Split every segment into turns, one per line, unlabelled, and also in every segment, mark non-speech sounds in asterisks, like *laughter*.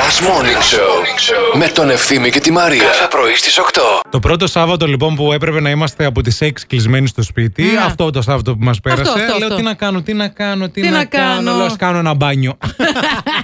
Last Morning Show με τον Ευθύμη και τη Μαρία. Κάθε πρωί στις 8.
Το πρώτο Σάββατο λοιπόν που έπρεπε να είμαστε από τις 6 κλεισμένοι στο σπίτι,
Ναι.
αυτό το Σάββατο που μας πέρασε,
αυτό,
λέω
αυτό.
τι να κάνω, τι να κάνω, τι,
Τι
να,
να κάνω.
Λέω, ας κάνω ένα
*laughs*
μπάνιο.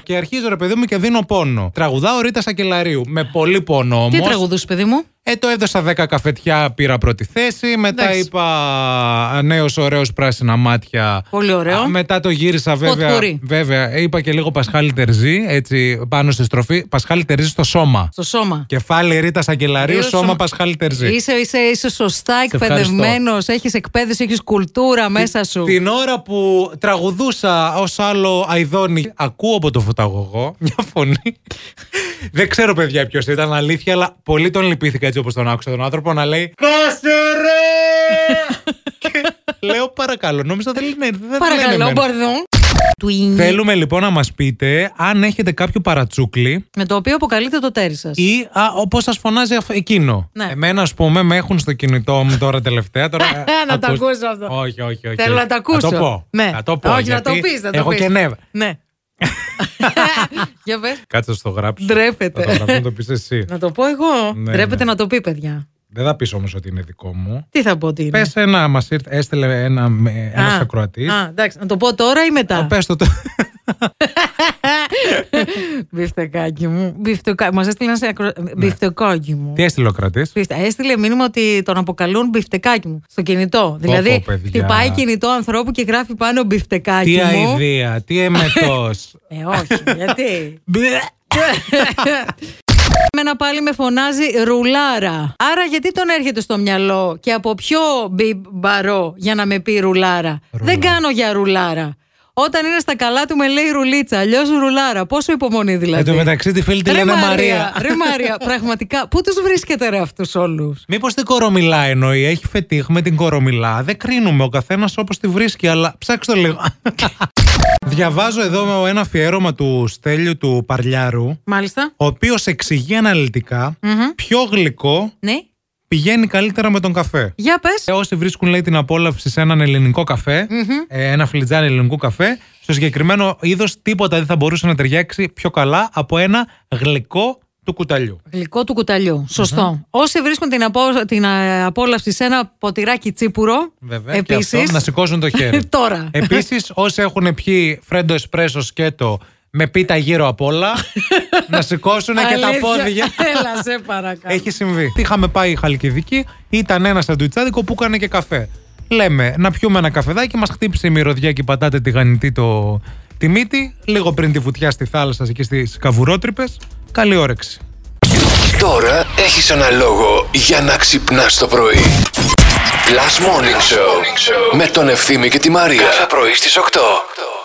και αρχίζω ρε παιδί μου και δίνω πόνο. Τραγουδάω Ρίτα Σακελαρίου. Με πολύ πόνο
Τι
όμως.
τραγουδούσες, παιδί μου.
Ε, το έδωσα 10 καφετιά, πήρα πρώτη θέση. Μετά
Εντάξει.
είπα νέος ωραίος πράσινα μάτια.
Πολύ ωραίο.
Α, μετά το γύρισα βέβαια.
Ποτπουρί.
Βέβαια, ε, είπα και λίγο Πασχάλη Τερζή, έτσι πάνω στη στροφή. Πασχάλη Τερζή στο σώμα.
Στο σώμα.
Κεφάλι Ρίτα Αγγελαρίου,
Δύο
σώμα
σώμα.
Πασχάλη Τερζή.
Είσαι, είσαι, είσαι σωστά
ευχαριστώ.
εκπαιδευμένος, έχεις εκπαίδευση, έχεις κουλτούρα μέσα σου.
Την ώρα που τραγουδούσα ως άλλο αηδόνι, ακούω από το φωταγωγό μια φωνή. Δεν ξέρω, παιδιά, ποιος ήταν αλήθεια, αλλά πολύ τον λυπήθηκα έτσι όπως τον άκουσα τον άνθρωπο να λέει Κάσε ρε! Και λέω παρακαλώ, νόμιζα δεν λένε. Δεν λένε
Παρακαλώ,
εμένα.
μπορδόν. Του ίνι.
Θέλουμε λοιπόν να μας πείτε αν έχετε κάποιο παρατσούκλι
Με το οποίο αποκαλείται το τέρι σας.
ή πώ σας φωνάζει αυ- εκείνο.
Ναι.
Εμένα, ας πούμε, με έχουν στο κινητό μου τώρα τελευταία. Τώρα, ε,
*laughs* Να το
ακούστε.
ακούσω αυτό.
Όχι, όχι, όχι.
Θέλω να τα ακούσω.
Θα το πω.
Ναι.
Θα το πω.
Όχι, να το
γιατί
πεις.
Έχω και νεύρα.
Ναι. *laughs* Για πες.
Κάτσε να στο γράψω.
Ντρέπεται.
Θα το γράψω, να το πεις εσύ.
Να το πω εγώ.
Ναι,
Ντρέπεται
ναι.
να το πει, παιδιά.
Δεν θα πεις όμως ότι είναι δικό μου.
Τι θα πω, τι είναι.
Πες ένα, μας έστειλε ένα ένας
Α,
ακροατής.
α, εντάξει, να το πω τώρα ή μετά.
Πες το.
*laughs* Μπιφτεκάκι μου. Μπιφτεκάκι. Μας έστειλε ένας ακρο...
Ναι.
μπιφτεκάκι μου.
Τι έστειλε ο κρατής.
Μπιφτε- Έστειλε μήνυμα ότι τον αποκαλούν μπιφτεκάκι μου στο κινητό. δηλαδή,
παιδιά.
χτυπάει κινητό ανθρώπου και γράφει πάνω μπιφτεκάκι
Τι
μου.
αηδία,
*laughs*
τι εμετός.
Ε, όχι, γιατί. *laughs* Εμένα πάλι με φωνάζει ρουλάρα. Άρα γιατί τον έρχεται στο μυαλό και από ποιο μπαρό για να με πει ρουλάρα. Δεν κάνω για ρουλάρα. Όταν είναι στα καλά του με λέει ρουλίτσα, αλλιώς ρουλάρα. Πόσο υπομονή δηλαδή.
Εν τω μεταξύ τη φίλη τη
Ρε
λένε
Μαρία.
Μαρία.
Ρε Μαρία, πραγματικά. Πού τους βρίσκεται ρε αυτούς όλους.
Μήπως την κορομιλά εννοεί, έχει φετίχ με την κορομιλά. Δεν κρίνουμε ο καθένας όπως τη βρίσκει, αλλά ψάξτε το λίγο. Διαβάζω εδώ ένα αφιέρωμα του Στέλιου του Παρλιάρου,
Μάλιστα.
ο οποίος εξηγεί αναλυτικά
Μμμ.
ποιο γλυκό
Ναι.
πηγαίνει καλύτερα με τον καφέ.
Για πες.
Ε, Όσοι βρίσκουν λέει την απόλαυση σε έναν ελληνικό καφέ, ε, ένα φλιτζάνι ελληνικού καφέ, στο συγκεκριμένο είδος τίποτα δεν θα μπορούσε να ταιριάξει πιο καλά από ένα γλυκό του κουταλιού.
Γλυκό του κουταλιού. Σωστό. Όσοι βρίσκουν την, απο- την ε, απόλαυση σε ένα ποτηράκι τσίπουρο.
Βέβαια. και
Επίσης.
αυτό να σηκώσουν το χέρι.
*laughs* Τώρα.
Επίσης, όσοι έχουν πιει φρέντο εσπρέσο σκέτο με πίτα γύρω απ'
*laughs*
όλα, να σηκώσουν και τα
Αλήθεια.
πόδια.
*laughs* Έλα, σε παρακαλώ.
Έχει συμβεί. Είχαμε πάει Χαλκιδική, ήταν ένα σαντουιτσάδικο που έκανε και καφέ. Λέμε να πιούμε ένα καφεδάκι, μας χτύπησε η μυρωδιά και η πατάτε τη γανιτή το... τη μύτη, λίγο πριν τη βουτιά στη θάλασσα και στις καβουρότρυπες. Καλή όρεξη.
Τώρα έχεις ένα λόγο για να ξυπνάς το πρωί. Last Morning Show με τον Ευθύμη και τη Μαρία. Κάθε πρωί στις 8.